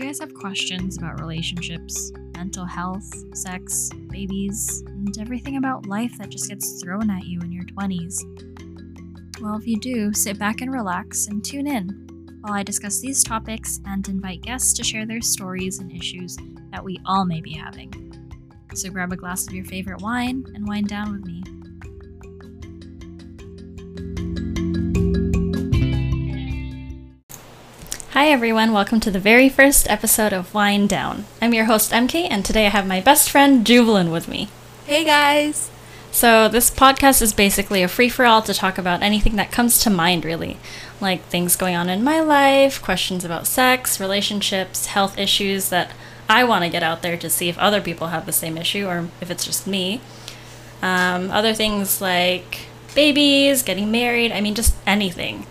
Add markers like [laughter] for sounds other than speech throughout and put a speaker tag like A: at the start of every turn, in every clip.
A: guys have questions about relationships, mental health, sex, babies, and everything about life that just gets thrown at you in your 20s, well, if you do, sit back and relax and tune in while I discuss these topics and invite guests to share their stories and issues that we all may be having. So grab a glass of your favorite wine and wind down with me. Hi, everyone. Welcome to the very first episode of Wind Down. I'm your host, MK, and today I have my best friend, Juvelin, with me.
B: Hey guys!
A: So, this podcast is basically a free for all to talk about anything that comes to mind, really. Like things going on in my life, questions about sex, relationships, health issues that I want to get out there to see if other people have the same issue or if it's just me. Um, other things like babies, getting married, I mean, just anything.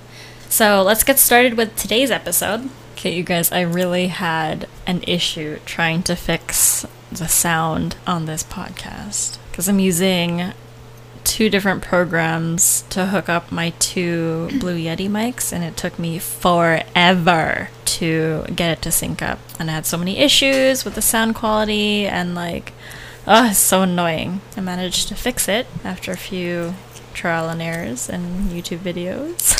A: So, let's get started with today's episode.
B: Okay, you guys, I really had an issue trying to fix the sound on this podcast because I'm using two different programs to hook up my two Blue Yeti mics, and it took me forever to get it to sync up. And I had so many issues with the sound quality, and like, oh,
A: ah,
B: it's so annoying. I managed to fix it after a few trial and errors and YouTube videos.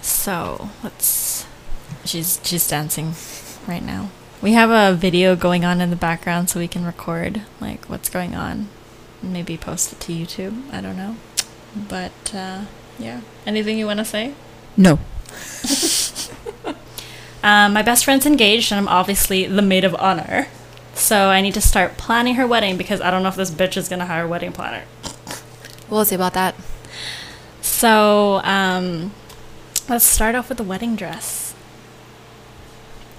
B: So let's. She's she's dancing right now. We have a video going on in the background so we can record like what's going on. and Maybe post it to YouTube. I don't know. But uh, yeah. Anything you want to say?
C: No.
A: Um, my best friend's engaged, and I'm obviously the maid of honor. So, I need to start planning her wedding because I don't know if this bitch is going to hire a wedding planner.
C: What was it about that?
A: So, um, let's start off with the wedding dress.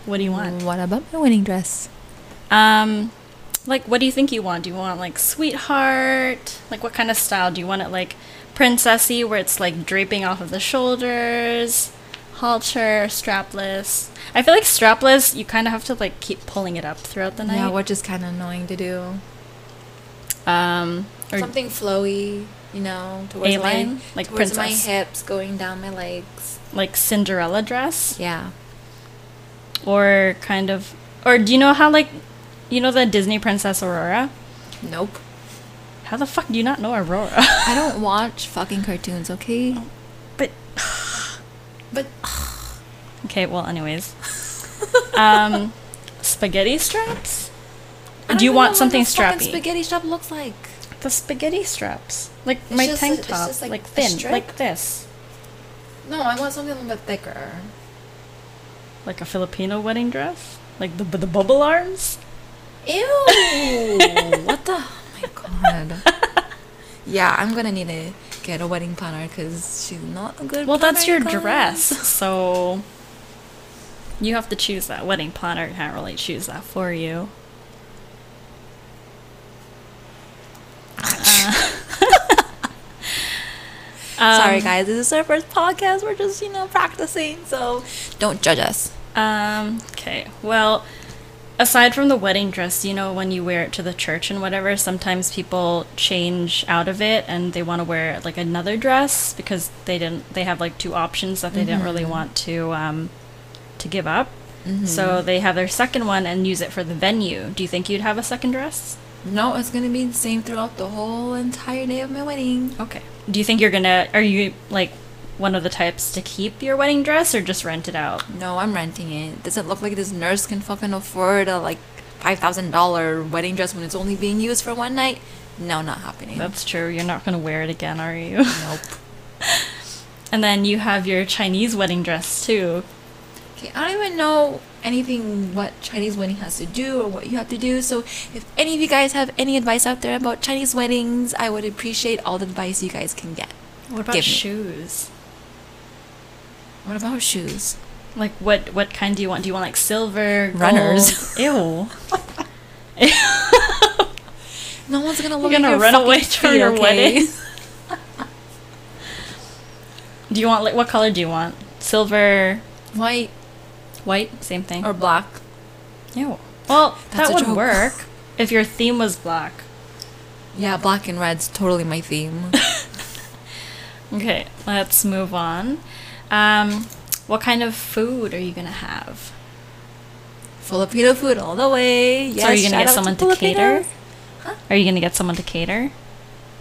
A: What do you want?
C: What about my wedding dress?
A: Um, like, what do you think you want? Do you want like sweetheart? Like, what kind of style? Do you want it like princessy, where it's like draping off of the shoulders, halter, strapless? I feel like strapless, you kind of have to like keep pulling it up throughout the night.
C: Yeah, which is kind of annoying to do.
A: um, or
C: Something flowy, you know, towards
A: A-line?
C: my
A: Like
C: towards
A: princess.
C: my hips, going down my legs.
A: like Cinderella dress,
C: Yeah.
A: or kind of, or do you know how like, you know the Disney princess Aurora?
C: Nope.
A: How the fuck do you not know Aurora? [laughs]
C: I don't watch fucking cartoons, okay?
A: but
C: But
A: Okay, well, anyways. um, spaghetti straps?
C: I
A: Do
C: don't
A: you
C: even know
A: want
C: what
A: something
C: the fucking
A: strappy?
C: spaghetti strap looks like.
A: the spaghetti straps. Like
C: It's
A: my
C: just a-
A: tank
C: it's
A: top.
C: just
A: like,
C: like a
A: thin.
C: strip?
A: Like this.
C: No, I want something a little bit thicker.
A: Like a Filipino wedding dress? Like the, bu- the bubble arms? [laughs]
C: Ew! what the? Oh my god.
A: [laughs]
C: Yeah, I'm gonna need to get a wedding planner because she's not a good.
A: Well, that's your
C: planner, you
A: dress,
C: guys.
A: so. You have to choose that. Wedding planner can't really choose that for you. Um,
C: [laughs] Sorry, guys. This is our first podcast. We're just, you know, practicing. So don't judge us.
A: Um, okay. Well, aside from the wedding dress, you know, when you wear it to the church and whatever, sometimes people change out of it and they want to wear like another dress because they didn't they have like two options that they didn't really want to um to give up. So they have their second one and use it for the venue. Do you think you'd have a second dress?
C: No, it's gonna be the same throughout the whole entire day of my wedding.
A: Okay. Do you think you're going to are you like one of the types to keep your wedding dress or just rent it out?
C: No, I'm renting it. Doesn't look like this nurse can fucking afford a like five thousand dollar wedding dress when it's only being used for one night. No, not happening.
A: That's true. You're not going to wear it again, are you?
C: nope.
A: [laughs] And then you have your Chinese wedding dress too.
C: Okay, I don't even know anything what Chinese wedding has to do or what you have to do. So if any of you guys have any advice out there about Chinese weddings, I would appreciate all the advice you guys can get.
A: What about
C: Give me.
A: shoes?
C: What about shoes?
A: Like what what kind do you want? Do you want like silver, gold?
C: Runners. [laughs]
A: Ew.
C: No one's gonna
A: You're
C: look at
A: gonna
C: your
A: run
C: [laughs]
A: away
C: fucking
A: from
C: feet,
A: your
C: okay?
A: wedding. do you want like what color do you want? Silver,
C: [laughs] White
A: white, same thing.
C: or black?
A: ew. Well, that
C: That's a
A: would
C: joke.
A: work if your theme was black.
C: Yeah, black and red's totally my
A: [laughs]
C: theme.
A: Okay, let's move on. Um, what kind of food are you gonna have?
C: Filipino food all the way. Yes,
A: so are you gonna
C: shout
A: get
C: out
A: someone to,
C: Filipinos.
A: cater? Are you gonna get someone to cater?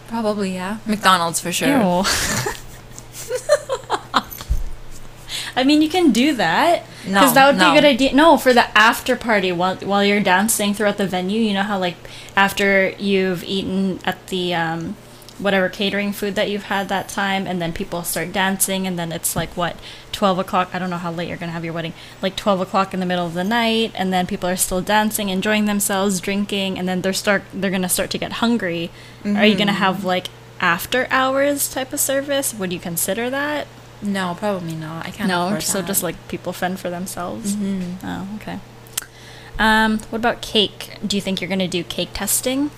C: Probably, yeah. McDonald's for sure.
A: Ew. I mean, you can do that
C: No,
A: because that would
C: no.
A: be a good idea. No, for the after party while while you're dancing throughout the venue, you know how like after you've eaten at the um, whatever catering food that you've had that time, and then people start dancing, and then it's like what twelve o'clock. I don't know how late you're gonna have your wedding. Like twelve o'clock in the middle of the night, and then people are still dancing, enjoying themselves, drinking, and then they're start they're gonna start to get hungry. Are you gonna
C: Mm-hmm.
A: have like after hours type of service? Would you consider that?
C: No, probably not. I can't.
A: No,
C: afford
A: so
C: that.
A: just like people fend for themselves.
C: Mm-hmm.
A: Oh, okay. Um, what about cake? Do you think you're gonna do cake testing,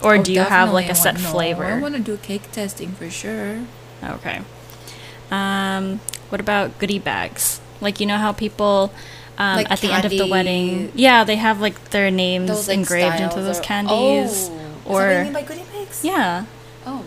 A: or
C: Oh,
A: do you have
C: definitely
A: like
C: I
A: a set
C: want- no,
A: flavor?
C: I want to do cake testing for sure.
A: Okay. Um, what about goodie bags? Like you know how people um,
C: Like
A: at the end of the
C: candy-
A: wedding, yeah, they have like their names
C: like,
A: engraved
C: styles
A: into those
C: are-
A: candies,
C: Oh, is that what you mean
A: or
C: by goodie bags?
A: yeah,
C: Oh,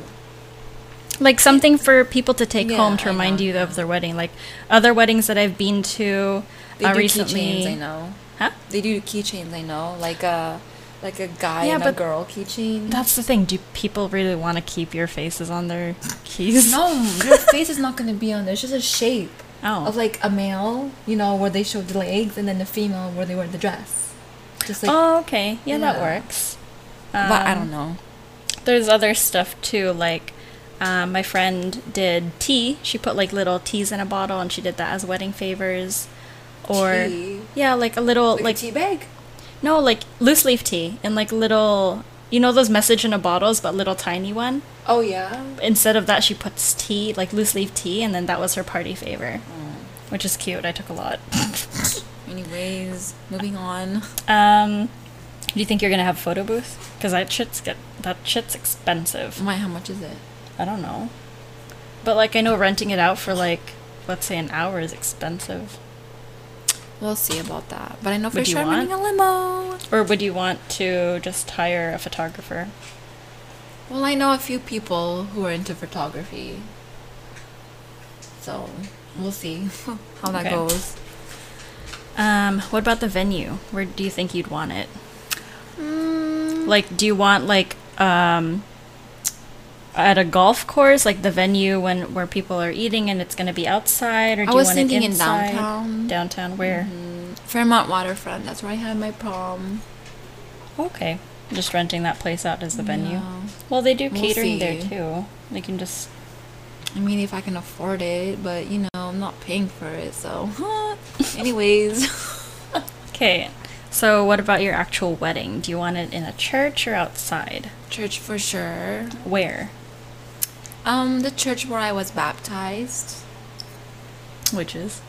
A: like something for people to take
C: Yeah,
A: home to
C: I
A: remind
C: know,
A: you
C: yeah.
A: of their wedding. Like other weddings that I've been to
C: they
A: uh,
C: do
A: recently.
C: keychains. I know.
A: Huh?
C: They do keychains. I know, like a like a guy
A: Yeah,
C: and a
A: but-
C: girl keychain.
A: That's the thing. Do people really want to keep your faces on their keys?
C: No, your face is not gonna be on there. It's just a shape
A: Oh.
C: of like a male, you know, where they show the legs, and then the female where they wear the dress. Just like,
A: oh, okay. Yeah, that
C: Yeah.
A: works.
C: but I
A: Um,
C: don't know.
A: There's other stuff too, like um, my friend did tea. She put like little teas in a bottle, and she did that as wedding favors. Or
C: Tea?
A: yeah, like a little
C: Like,
A: like,
C: a tea bag.
A: no, like loose leaf tea and like little you know those message in a bottles, but little tiny one.
C: Oh yeah.
A: Instead of that, she puts tea, like loose leaf tea, and then that was her party favor,
C: Mm.
A: which is cute. I took a lot.
C: Anyways, moving on.
A: Um, do you think you're gonna have photo booth? Because that shit's get that shit's expensive.
C: Why? How much is it?
A: I don't know, but like I know renting it out for like let's say an hour is expensive.
C: We'll see about that. But I know for
A: Would you
C: sure I'm
A: want?
C: getting a limo.
A: Or would you want to just hire a photographer?
C: Well, I know a few people who are into photography. So we'll see [laughs] how that
A: Okay.
C: goes.
A: Um, what about the venue? Where do you think you'd want it?
C: Mm,
A: Like, do you want like um at a golf course, like the venue when where people are eating and it's gonna be outside, or do
C: I was
A: you want
C: thinking
A: it
C: in
A: inside?
C: downtown.
A: Downtown, where?
C: Fairmont Waterfront. That's where I had my prom.
A: Okay. Just renting that place out as the venue.
C: Yeah.
A: Well, they do
C: We'll
A: catering
C: see.
A: there too. They can just.
C: I mean, if I can afford it, but you know, I'm not paying for it. So, [laughs] anyways, [laughs]
A: Okay. So, what about your actual wedding? Do you want it in a church or outside?
C: church for sure.
A: Where?
C: Um, the church where I was baptized.
A: Which is?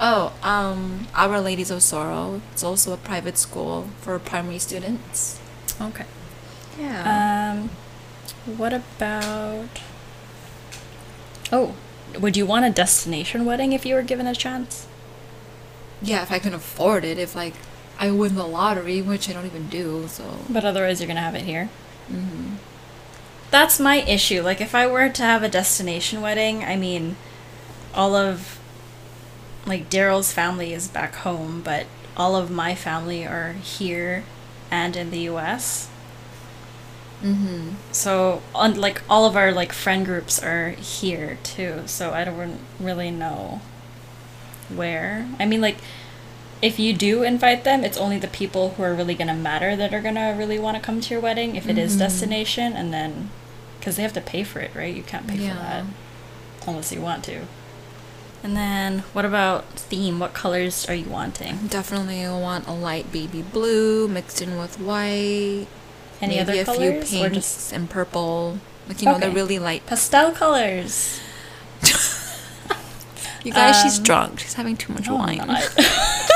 C: Oh, um, Our Ladies of Sorrow. It's also a private school for primary students. Uh,
A: Okay.
C: Yeah.
A: Um, what about. Oh, would you want a destination wedding if you were given a chance?
C: yeah, if I can afford it, if like I win the lottery, which I don't even do, so.
A: But otherwise, you're going to have it here. That's my issue. Like, if I were to have a destination wedding, I mean, all of. Like, Daryl's family is back home, but all of my family are here and in the US.
C: Mm-hmm.
A: So, on, like, all of our, like, friend groups are here, too. So, I don't really know where. I mean, like, if you do invite them, it's only the people who are really going to matter that are going to really want to come to your wedding if it is
C: Mm-hmm.
A: destination, and then because they have to pay for it, right? You can't pay
C: Yeah.
A: for that unless you want to. And then, what about theme? What colors are you wanting?
C: Definitely want a light baby blue mixed in with white.
A: Any
C: maybe
A: other
C: a
A: colors
C: few
A: or
C: pinks
A: just
C: and purple. Like you know, the
A: Okay.
C: really light.
A: pastel colors?
C: You guys, she's
A: Um,
C: drunk. She's having too much wine.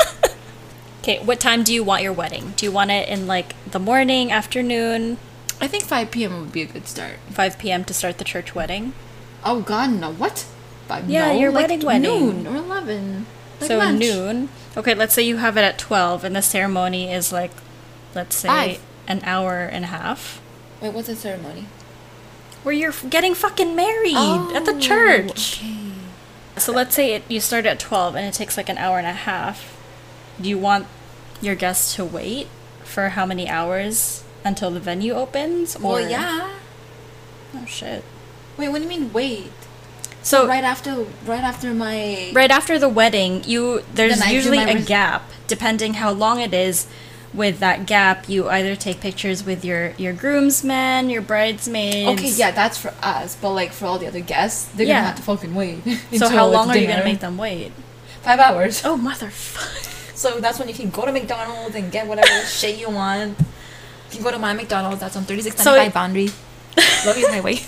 A: [laughs] okay, what time do you want your wedding? Do you want it in like the morning, afternoon,
C: I think 5 p.m. would be a good start.
A: 5 p.m. to start the church wedding?
C: Oh God, no! What? Five,
A: Yeah,
C: no,
A: your
C: like
A: wedding wedding.
C: noon or eleven. Like
A: so
C: lunch.
A: noon. Okay, let's say you have it at 12 and the ceremony is like, let's say,
C: Five.
A: an hour and a half.
C: Wait, what's the ceremony?
A: Where you're f- getting fucking married at the
C: Oh,
A: church.
C: okay.
A: So let's say it, you start at 12 and it takes like an hour and a half. Do you want your guests to wait for how many hours until the venue opens? Or
C: Well, yeah.
A: Oh shit.
C: Wait, what do you mean wait?
A: So right,
C: right after, Oh. right after my
A: after the wedding, you there's
C: Then I do
A: usually
C: my
A: a
C: res-
A: gap depending how long it is. With that gap, you either take pictures with your your groomsmen, your bridesmaids.
C: Okay, yeah, that's for us, but like for all the other guests, they're
A: Yeah.
C: gonna have to fucking wait. [laughs]
A: So
C: until
A: how
C: it's
A: long are you
C: dinner.
A: gonna make them wait?
C: Five hours.
A: Oh motherfucker!
C: So that's when you can go to McDonald's and get whatever shit you want. You can go to my McDonald's. That's on thirty six
A: So-
C: ninety five boundary.
A: [laughs]
C: Lovey's highway.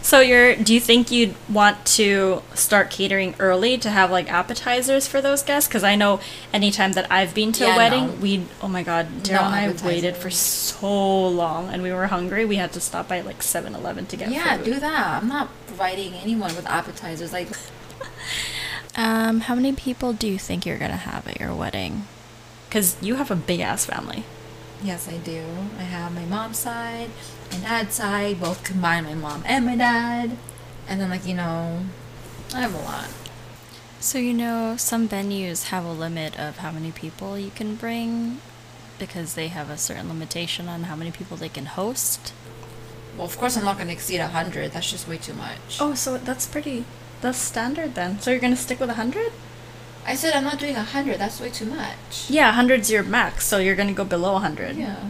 A: So you're do you think you'd want to start catering early to have like appetizers for those guests? Because I know anytime that I've been to
C: Yeah,
A: a wedding,
C: no.
A: we oh my god, Daryl
C: No
A: and I waited for
C: appetizers.
A: so long, and we were hungry. We had to stop by like 7-Eleven to get
C: Yeah,
A: food.
C: do that. I'm not providing anyone with appetizers. Like,
B: Um, how many people do you think you're gonna have at your wedding?
A: Because you have a big ass family.
C: yes, I do. I have my mom's side and dad's side, both combined, my mom and my dad. And then, like, you know, I have a lot.
B: So you know, some venues have a limit of how many people you can bring because they have a certain limitation on how many people they can host.
C: Well, of course, I'm not gonna exceed 100. That's just way too much.
A: Oh, so that's pretty. That's standard then. So you're gonna stick with hundred?
C: I said I'm not doing 100. That's way too much.
A: Yeah, hundred's your max. So you're gonna go below hundred.
C: Yeah.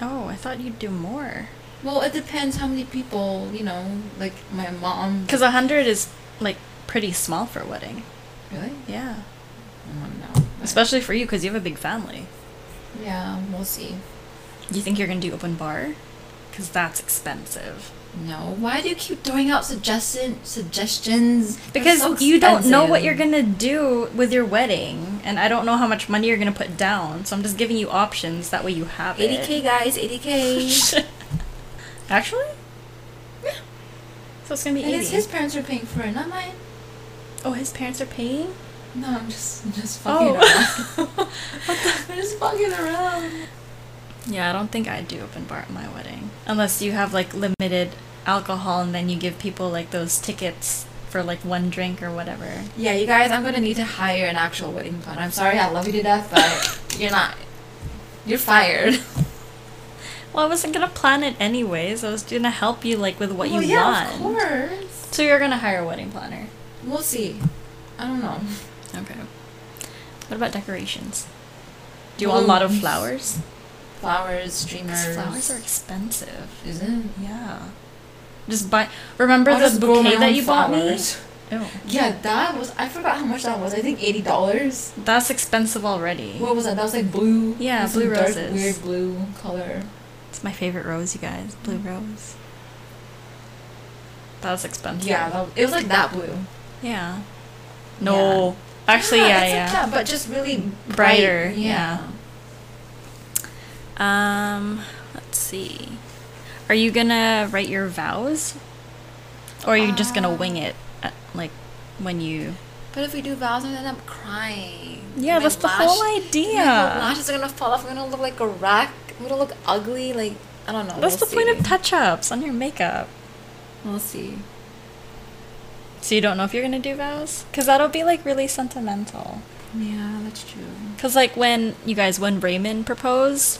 A: Oh, I thought you'd do more.
C: Well, it depends how many people, you know, like my mom.
A: Because 100 is like pretty small for a wedding.
C: Really?
A: Yeah.
C: I don't know. but-
A: Especially for you because you have a big family.
C: Yeah, we'll see.
A: You think you're going to do open bar? Because that's expensive.
C: No. Why do you keep throwing out suggestion suggestions? They're
A: Because
C: so
A: you don't know what
C: expensive.
A: you're going to do with your wedding. And I don't know how much money you're going to put down. So I'm just giving you options. That way you have
C: [laughs]
A: it.
C: 80k,
A: [laughs]
C: guys. 80k.
A: Actually? So it's going to be
C: and
A: 80.
C: his, his parents are paying for it, not mine.
A: oh, his parents are paying?
C: No, I'm just I'm just
A: [laughs]
C: fucking
A: Oh.
C: around. I'm just fucking around.
A: [laughs] Yeah, I don't think I'd do open bar at my wedding. Unless you have like limited alcohol and then you give people like those tickets for like one drink or whatever.
C: Yeah, you guys. I'm gonna need to hire an actual wedding planner. I'm sorry, I love you to death, but [laughs] you're not. You're fired.
A: Well, I wasn't gonna plan it anyways. I was gonna help you like with what
C: Well,
A: you
C: yeah,
A: want.
C: Of course.
A: So you're gonna hire a wedding planner.
C: We'll see. I don't know.
A: Okay. What about decorations? Do you want a lot of
C: Balloons.
A: flowers?
C: Flowers, streamers.
A: Because flowers are expensive.
C: Is it?
A: Yeah. Just buy. Remember
C: I'll
A: the
C: just grow my
A: bouquet that
C: own
A: you
C: flowers.
A: bought me? Oh,
C: Yeah, that was. I forgot how much that was. I think eighty dollars.
A: that's expensive already.
C: What was that? That was like blue.
A: Yeah,
C: It was some
A: blue
C: dark,
A: roses.
C: Weird blue color.
A: It's my favorite rose, you guys. Blue rose. That was expensive.
C: Yeah, that, it was like that blue.
A: Yeah. No. Actually, yeah,
C: it's
A: yeah.
C: Like that, but just really bright.
A: Brighter,
C: Yeah.
A: Um, let's see. Are you gonna write your vows? Or are you just gonna
C: Um,
A: wing it? At, like, when you.
C: But if we do vows, I'm gonna end up crying.
A: Yeah,
C: My
A: that's the
C: lash-
A: whole
C: My whole
A: idea.
C: lashes are gonna fall off. I'm gonna look like a rack. I'm gonna look ugly. Like I don't know.
A: That's
C: we'll
A: the point of
C: see.
A: touch ups on your makeup.
C: We'll see.
A: So you don't know if you're gonna do vows? Because that'll be, like, really sentimental.
C: Yeah, that's true.
A: Because, like, when you guys, when Raymond proposed,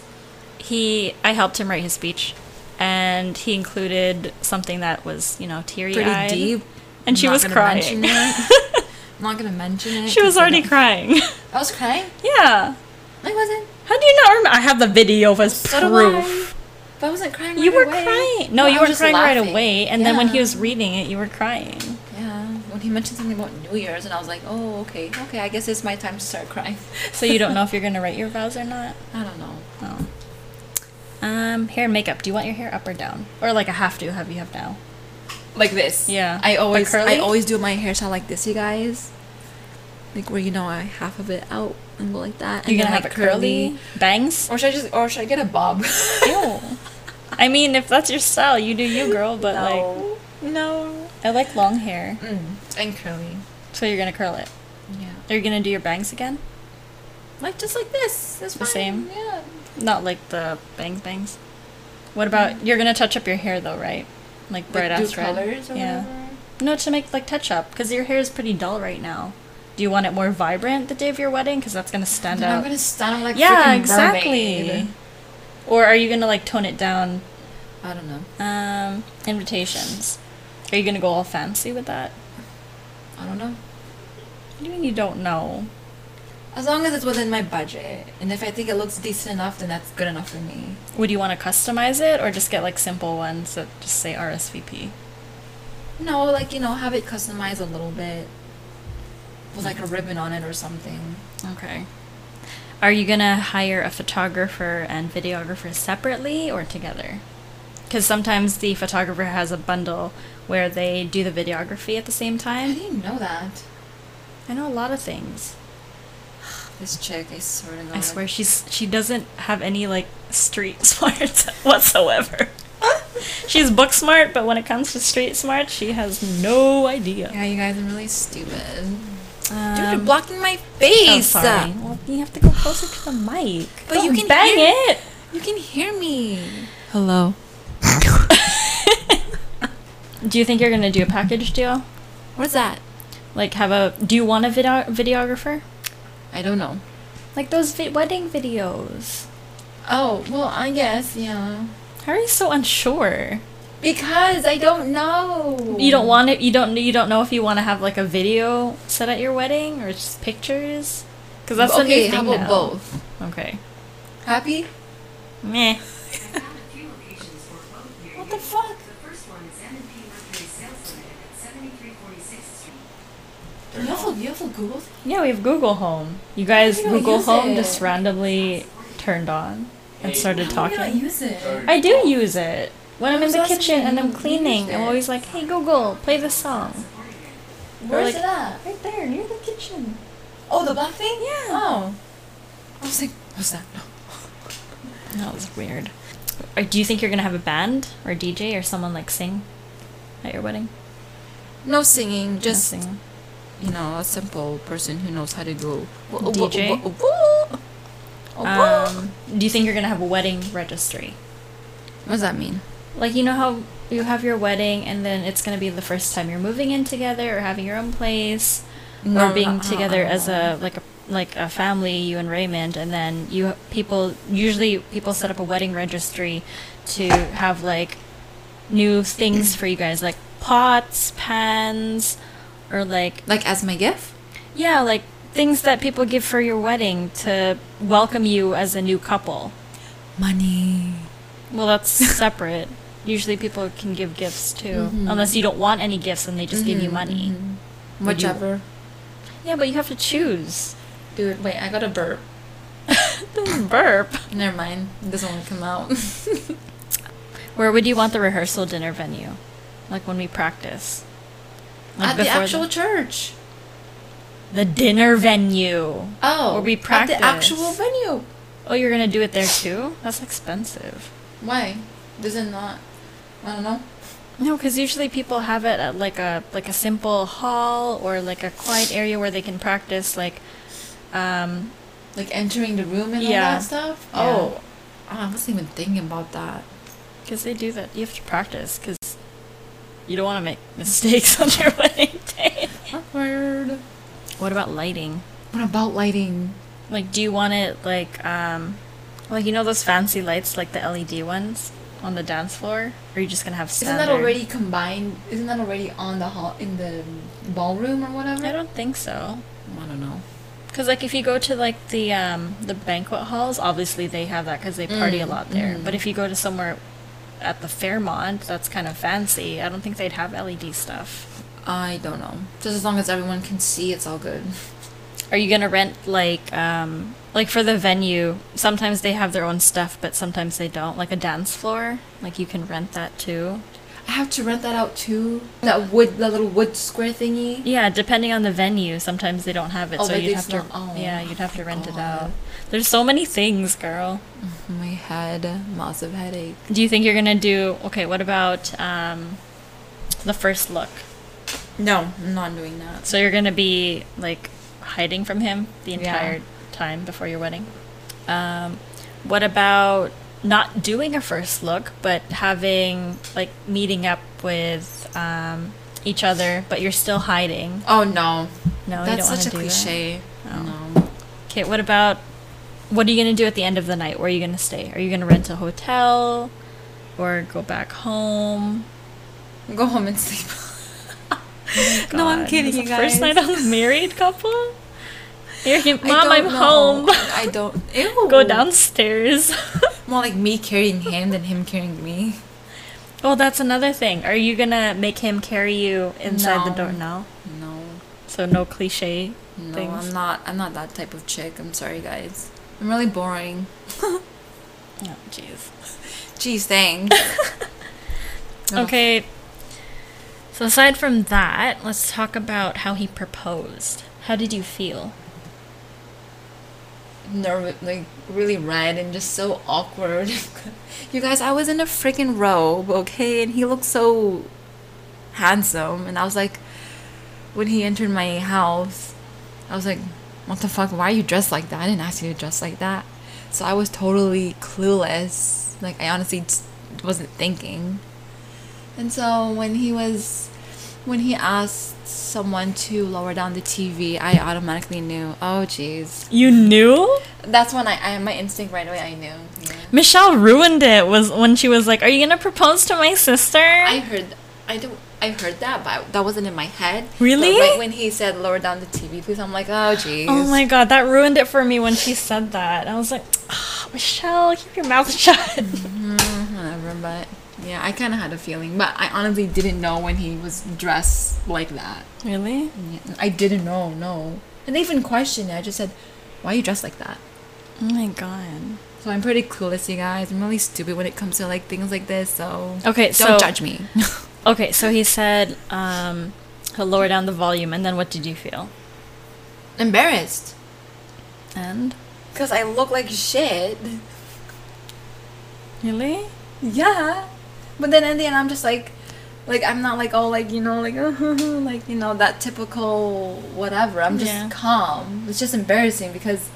A: he. I helped him write his speech. And he included something that was, you know, teary
C: pretty
A: eyed.
C: deep.
A: And she
C: Not
A: was
C: gonna
A: crying. [laughs]
C: mention it. I'm not gonna mention it.
A: She was
C: 'cause I
A: already
C: don't-
A: crying. [laughs]
C: I was crying.
A: yeah.
C: I wasn't.
A: How do you not remember? I have the video as
C: So do
A: proof.
C: I. But I wasn't crying.
A: You
C: right
A: were
C: away.
A: crying. No,
C: I
A: you
C: was
A: were
C: just
A: crying right
C: laughing.
A: away. And then when he
C: Yeah.
A: was reading it, you were crying.
C: Yeah, when he mentioned something about New Year's, and I was like, oh, okay, okay, I guess it's my time to start crying. [laughs]
A: So you don't know if you're going to write your vows or not?
C: I don't know.
A: Oh. [laughs] Um, hair and makeup. Do you want your hair up or down? Or like a have to have you have now?
C: Like this.
A: Yeah.
C: I
A: But
C: always,
A: curly?
C: I always do my hairstyle like this, you guys. Like where you know I half of it out and go like that.
A: You're going
C: and
A: to
C: then,
A: have
C: like,
A: it curly? Bangs?
C: Or should I just, or should I get a bob? [laughs]
A: Ew. I mean, if that's your style, you do you, girl. But
C: No.
A: like, no. I like long hair.
C: Mm, and curly.
A: So you're going to curl it.
C: Yeah.
A: Are you going to do your bangs again?
C: Like just like this. That's
A: The
C: fine.
A: same?
C: Yeah.
A: Not like the bangs bangs. What about you're gonna touch up your hair though, right? Like bright
C: Mm. like,
A: ass
C: do
A: red.
C: colors or
A: yeah.
C: whatever.
A: No, to make like touch up because your hair is pretty dull right now. Do you want it more vibrant the day of your wedding? Because that's gonna stand
C: Then I'm
A: out.
C: gonna stand out like
A: yeah,
C: freaking
A: exactly.
C: mermaid.
A: Or are you gonna like tone it down?
C: I don't know.
A: Um, invitations. Are you gonna go all fancy with that?
C: I don't know.
A: What do you mean you don't know?
C: As long as it's within my budget, and if I think it looks decent enough, then that's good enough for me.
A: Would you want to customize it or just get like simple ones that just say RSVP?
C: No, like you know, have it customized a little bit with like a ribbon on it or something.
A: Okay. Are you gonna hire a photographer and videographer separately or together? Because sometimes the photographer has a bundle where they do the videography at the same
C: I
A: time.
C: didn't know that.
A: I know a lot of things.
C: This chick, I swear to God.
A: I swear she's she doesn't have any like street [laughs] smarts [laughs] whatsoever. she's book smart, but when it comes to street smart, she has no idea.
C: Yeah, you guys are really stupid. Dude, you're
A: Um,
C: blocking my
A: oh,
C: face.
A: sorry. Well, you have to go closer to the mic.
C: But
A: Don't
C: you can
A: bang
C: hear-
A: it.
C: You can hear me. Hello.
A: Do you think you're gonna do a package deal?
C: What's that?
A: Like, have a. Do you want a video- videographer?
C: I don't know.
A: Like those vi- wedding videos.
C: Oh, well, I guess, yeah.
A: How are you so unsure?
C: Because I don't know.
A: You don't want it. You don't. You don't know if you want to have like a video set at your wedding or just pictures. Because that's the
C: okay.
A: new thing
C: How about
A: now.
C: both?
A: Okay.
C: Happy?
A: Meh.
C: What the fuck? You have, you have Google?
A: Yeah, we have Google Home. You guys,
C: How do you
A: Google
C: use
A: Home
C: it?
A: just randomly turned on and
D: Hey.
A: started
C: How do you not
A: talking.
C: use it?
A: I do use it when I'm in
C: was
A: the
C: asking
A: kitchen
C: you
A: and
C: how
A: I'm
C: you use
A: cleaning. I'm
C: it.
A: always like, "Hey Google, play this song."
C: Where's
A: like-
C: it at?
A: Right there, near the kitchen.
C: Oh, the black thing?
A: Yeah.
C: Oh. I was like, what's that? No.
A: That was weird. Or do you think you're gonna have a band or a DJ or someone like sing at your wedding?
C: No singing, just,
A: No singing.
C: you know, a simple person who knows how to go.
A: DJ?
C: Woo, woo, woo.
A: Um, do you think you're gonna have a wedding registry?
C: what does that mean?
A: Like you know how you have your wedding and then it's gonna be the first time you're moving in together or having your own place
C: No,
A: or being
C: no,
A: together
C: uh-uh.
A: as a like a like a family, you and Raymond, and then you people usually people set up a wedding registry to have like new things for you guys like pots, pans, or like
C: Like as my gift?
A: Yeah, like things that people give for your wedding to welcome you as a new couple.
C: Money.
A: Well,
C: [laughs]
A: that's separate. Usually people can give gifts too,
C: Mhm.
A: unless you don't want any gifts and they just give you
C: Mm-hmm,
A: money. Would you-
C: Whichever.
A: Yeah, but you have to choose.
C: Dude, wait, I got a burp.
A: Don't [laughs] burp.
C: Never mind. It doesn't want to come out.
A: Where would you want the rehearsal dinner venue? Like when we practice? Like
C: At the
A: before
C: actual church.
A: the dinner venue.
C: Oh.
A: Where we
C: At the actual
A: practice.
C: venue.
A: Oh, you're gonna do it there too? That's expensive.
C: Why? Does it not? I don't know.
A: No, because usually people have it at like a like a simple hall or like a quiet area where they can practice. Like, um,
C: Like entering the room and all
A: Yeah.
C: that stuff?
A: Yeah.
C: Oh. Oh, I wasn't even thinking about that.
A: because they do that. You have to practice because you don't want to make [laughs] mistakes on your [laughs] wedding day.
C: Awkward.
A: What about lighting?
C: What about lighting?
A: Like, do you want it like um, like you know those fancy lights like the LED ones on the dance floor? Or are you just gonna have standard?
C: Isn't that already combined? Isn't that already on the hall in the ballroom or whatever?
A: I don't think so.
C: I don't know.
A: Because like if you go to like the um the banquet halls, obviously they have that because they party a
C: Mm,
A: lot there.
C: mm.
A: But if you go to somewhere at the Fairmont, that's kind of fancy. I don't think they'd have LED stuff.
C: I don't know. Just as long as everyone can see, it's all good.
A: Are you gonna rent like um like for the venue? Sometimes they have their own stuff, but sometimes they don't. Like a dance floor, like you can rent that too.
C: I have to rent that out too. That wood, that little wood square thingy.
A: Yeah, depending on the venue, sometimes they don't have it,
C: Oh,
A: so
C: but
A: you'd
C: it's
A: have to
C: not- oh,
A: yeah you'd have to
C: my
A: rent it
C: God.
A: out. There's so many things, girl.
C: My head, massive headache.
A: Do you think you're gonna do okay? What about um, the first look?
C: No, I'm not doing that.
A: So you're gonna be like hiding from him the
C: Yeah.
A: entire time before your wedding. Um, what about not doing a first look, but having like meeting up with um, each other, but you're still hiding?
C: Oh no,
A: No, you
C: That's
A: don't wanna
C: such a
A: do that?
C: cliche.
A: Oh.
C: No.
A: Okay, what about what are you gonna do at the end of the night? Where are you gonna stay? Are you gonna rent a hotel or go back home?
C: Go home and sleep. [laughs] no, I'm
A: God,
C: kidding
A: Uh, this
C: you
A: is the
C: guys.
A: First night [laughs] as a married couple. You're gonna-
C: I
A: Mom,
C: don't
A: I'm
C: know.
A: home. [laughs]
C: I don't. Ew.
A: go downstairs. [laughs]
C: More like me carrying him than him carrying me.
A: well, that's another thing. Are you gonna make him carry you inside the door? No.
C: No. No.
A: So no cliche.
C: No,
A: Things.
C: I'm not. I'm not that type of chick. I'm sorry, guys. I'm really boring.
A: Oh, jeez.
C: Jeez, thanks. No.
A: Okay. So aside from that, let's talk about how he proposed. How did you feel?
C: nervous, like really red and just so awkward. [laughs] you guys, I was in a freaking robe, okay, and he looked so handsome, and I was like, when he entered my house, I was like, what the fuck? Why are you dressed like that? I didn't ask you to dress like that. So I was totally clueless. Like I honestly just wasn't thinking. And so when he was, when he asked someone to lower down the TV, I automatically knew. Oh, jeez.
A: You knew?
C: That's when I, I my instinct right away. I knew. Yeah.
A: Michelle ruined it was when she was like, "Are you gonna propose to my sister?"
C: I heard. I do. I heard that, but that wasn't in my head.
A: Really?
C: But right when he said lower down the TV, please, I'm like, oh jeez.
A: [gasps] oh my god, that ruined it for me when she said that. I was like, "Ah, "Michelle, keep your mouth [laughs] shut."
C: Whatever, but yeah, I kind of had a feeling, but I honestly didn't know when he was dressed like that.
A: Really?
C: Yeah, I didn't know. No, and they even questioned it. I just said, why are you dressed like that?
A: Oh my god.
C: So I'm pretty clueless, you guys. I'm really stupid when it comes to like things like this. So
A: Okay,
C: don't
A: so-
C: judge me. [laughs]
A: Okay, so he said um, he'll lower down the volume, and then what did you feel?
C: Embarrassed
A: And
C: because I look like shit.
A: really?
C: Yeah, but then in the end, I'm just like, like I'm not like all like you know like [laughs] like you know that typical whatever. I'm just
A: Yeah.
C: calm. It's just embarrassing because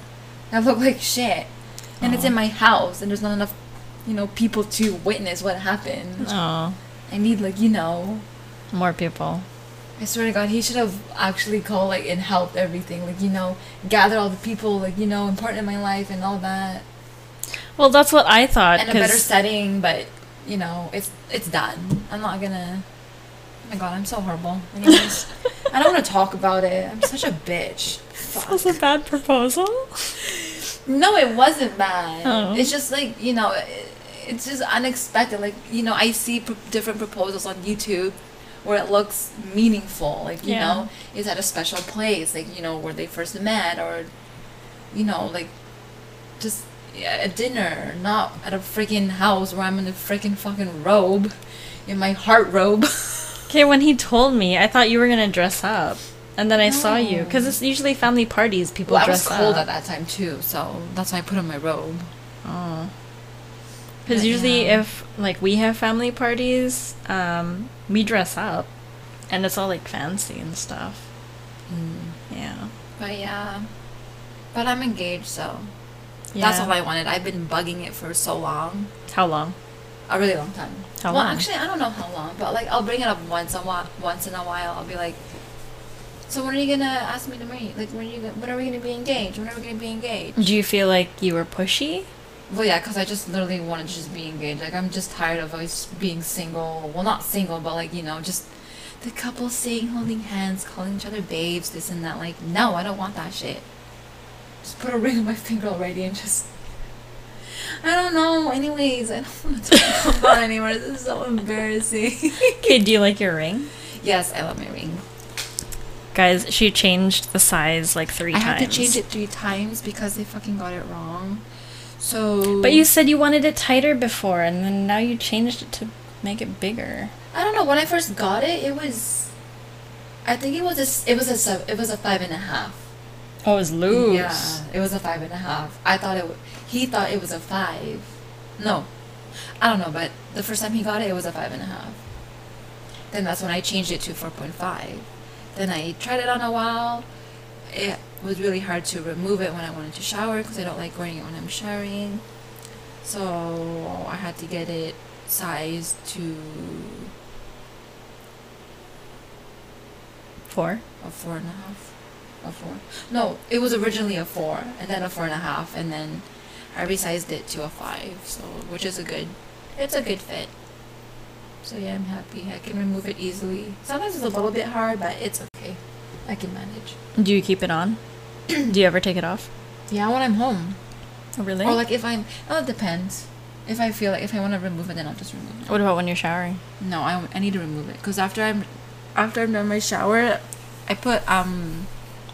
C: I look like shit, and it's in my house, and there's not enough, you know, people to witness what happened.
A: Oh,
C: I need like you know.
A: more people.
C: I swear to God, he should have actually called like and helped everything, like you know, gather all the people, like you know, important in my life and all that,
A: Well, that's what I thought.
C: and a better
A: 'cause-
C: setting. But you know, it's it's done. I'm not gonna. Oh my god, I'm so horrible. Anyways, I don't want to talk about it. I'm such a bitch.
A: This
C: Fuck.
A: was a bad proposal.
C: No, it wasn't bad.
A: Oh.
C: It's just like you know, it, it's just unexpected. Like you know, I see pro- different proposals on YouTube where it looks meaningful. Like you
A: Yeah.
C: know, is at a special place. Like you know, where they first met, or you know, like just yeah, a dinner, not at a freaking house where I'm in a freaking fucking robe, in my heart robe. [laughs]
A: Okay, when he told me, I thought you were gonna dress up, and then I saw you because it's usually family parties. People
C: well, I was
A: dress
C: cold
A: up
C: at that time too, so that's why I put on my robe.
A: because
C: But
A: usually
C: yeah.
A: if like we have family parties, um, we dress up, and it's all like fancy and stuff.
C: Mm.
A: Yeah.
C: But yeah, but I'm engaged, so.
A: yeah.
C: That's all I wanted. I've been bugging it for so long.
A: How long?
C: A really long time.
A: How
C: well,
A: long?
C: actually, I don't know how long, but like I'll bring it up once a while. Once in a while, I'll be like, "So when are you gonna ask me to marry? you? Like when are you? Gonna, when are we gonna be engaged? When are we gonna be engaged?"
A: Do you feel like you were pushy?
C: Well, yeah, because I just literally wanted to just be engaged. Like I'm just tired of always being single. Well, not single, but like you know, just the couple sitting, holding hands, calling each other babes, this and that. Like no, I don't want that shit. Just put a ring on my finger already and just. I don't know. Anyways, I don't want to talk [laughs] about it anymore. This is so embarrassing. [laughs]
A: Okay, do you like your ring?
C: yes, I love my ring.
A: Guys, she changed the size like three
C: I
A: times.
C: had to change it three times because they fucking got it wrong. So.
A: But you said you wanted it tighter before, and then now you changed it to make it bigger.
C: I don't know. When I first got it, it was. I think it was a. s- It was a. sub- It was a five and a half.
A: Oh, it was loose.
C: Yeah, it was a five and a half. I thought it. W- he thought it was a five. No, I don't know. But the first time he got it, it was a five and a half. Then that's when I changed it to four point five. Then I tried it on a while. It was really hard to remove it when I wanted to shower because I don't like wearing it when I'm showering. So I had to get it sized to
A: Four.
C: Or four and a half. a four. No, it was originally a four, and then a four and a half, and then I resized it to a five. So, which is a good, it's a good fit. So yeah, I'm happy. I can remove it easily. Sometimes it's a little bit hard, but it's okay. I can manage.
A: Do you keep it on? Do you ever take it off?
C: Yeah, when I'm home,
A: Oh, really?
C: or like if I'm, oh, it depends. If I feel like if I want to remove it, then I'll just remove it.
A: what about when you're showering?
C: No, I, I need to remove it because after I'm, after I'm done my shower, I put um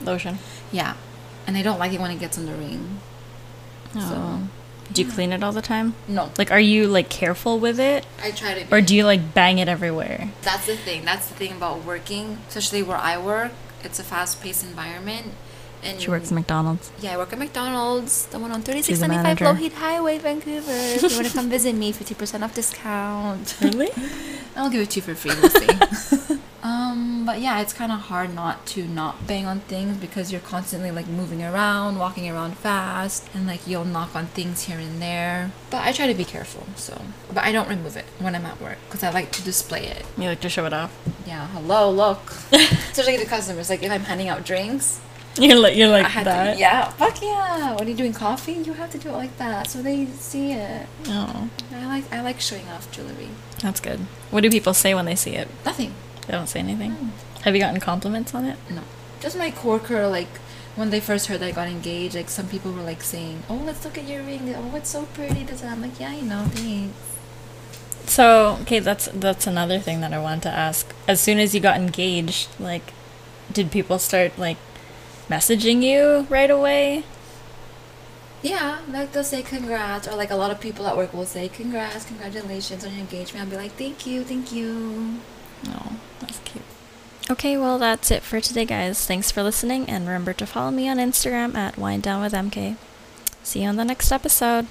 A: Lotion.
C: Yeah. And I don't like it when it gets on the ring.
A: Oh. Do you clean it all the time?
C: No.
A: Like, are you like careful with it,
C: I try to be.
A: or do you like bang it everywhere?
C: That's the thing. That's the thing about working, especially where I work. It's a fast-paced environment. And
A: She works at McDonald's.
C: Yeah, I work at McDonald's, the one on
A: She's the
C: 3675
A: manager.
C: Lowhead Highway, Vancouver. If you want to come visit me, 50%
A: [laughs]
C: off discount.
A: Really?
C: I'll give it to you for free. We'll see.
A: [laughs]
C: um, but yeah, it's kind of hard not to not bang on things because you're constantly like moving around, walking around fast, and like you'll knock on things here and there. But I try to be careful. So, but I don't remove it when I'm at work because I like to display it.
A: You like to show it off.
C: Yeah. Hello, look. Especially to customers. Like if I'm handing out drinks,
A: [laughs] You're like you're like
C: I have
A: that.
C: to. Yeah. Fuck yeah. What are you doing? Coffee? You have to do it like that so they see it.
A: Oh,
C: I like I like showing off jewelry.
A: that's good. What do people say when they see it?
C: Nothing.
A: They don't say anything. Have you gotten compliments on it?
C: No. Just my coworker, like, when they first heard I got engaged, like, some people were, like, saying, Oh, let's look at your ring. Oh, it's so pretty. This and I'm like, Yeah, I know. Thanks.
A: So okay, that's that's another thing that I wanted to ask. As soon as you got engaged, like, did people start like messaging you right away?
C: Yeah, like, they'll say congrats. Or, like, a lot of people at work will say, Congrats, congratulations on your engagement. I'll be like, Thank you, thank you.
A: No, that's cute.
E: Okay, well, that's it for today, guys. Thanks for listening, and remember to follow me on Instagram at WineDownWithMK. See you on the next episode.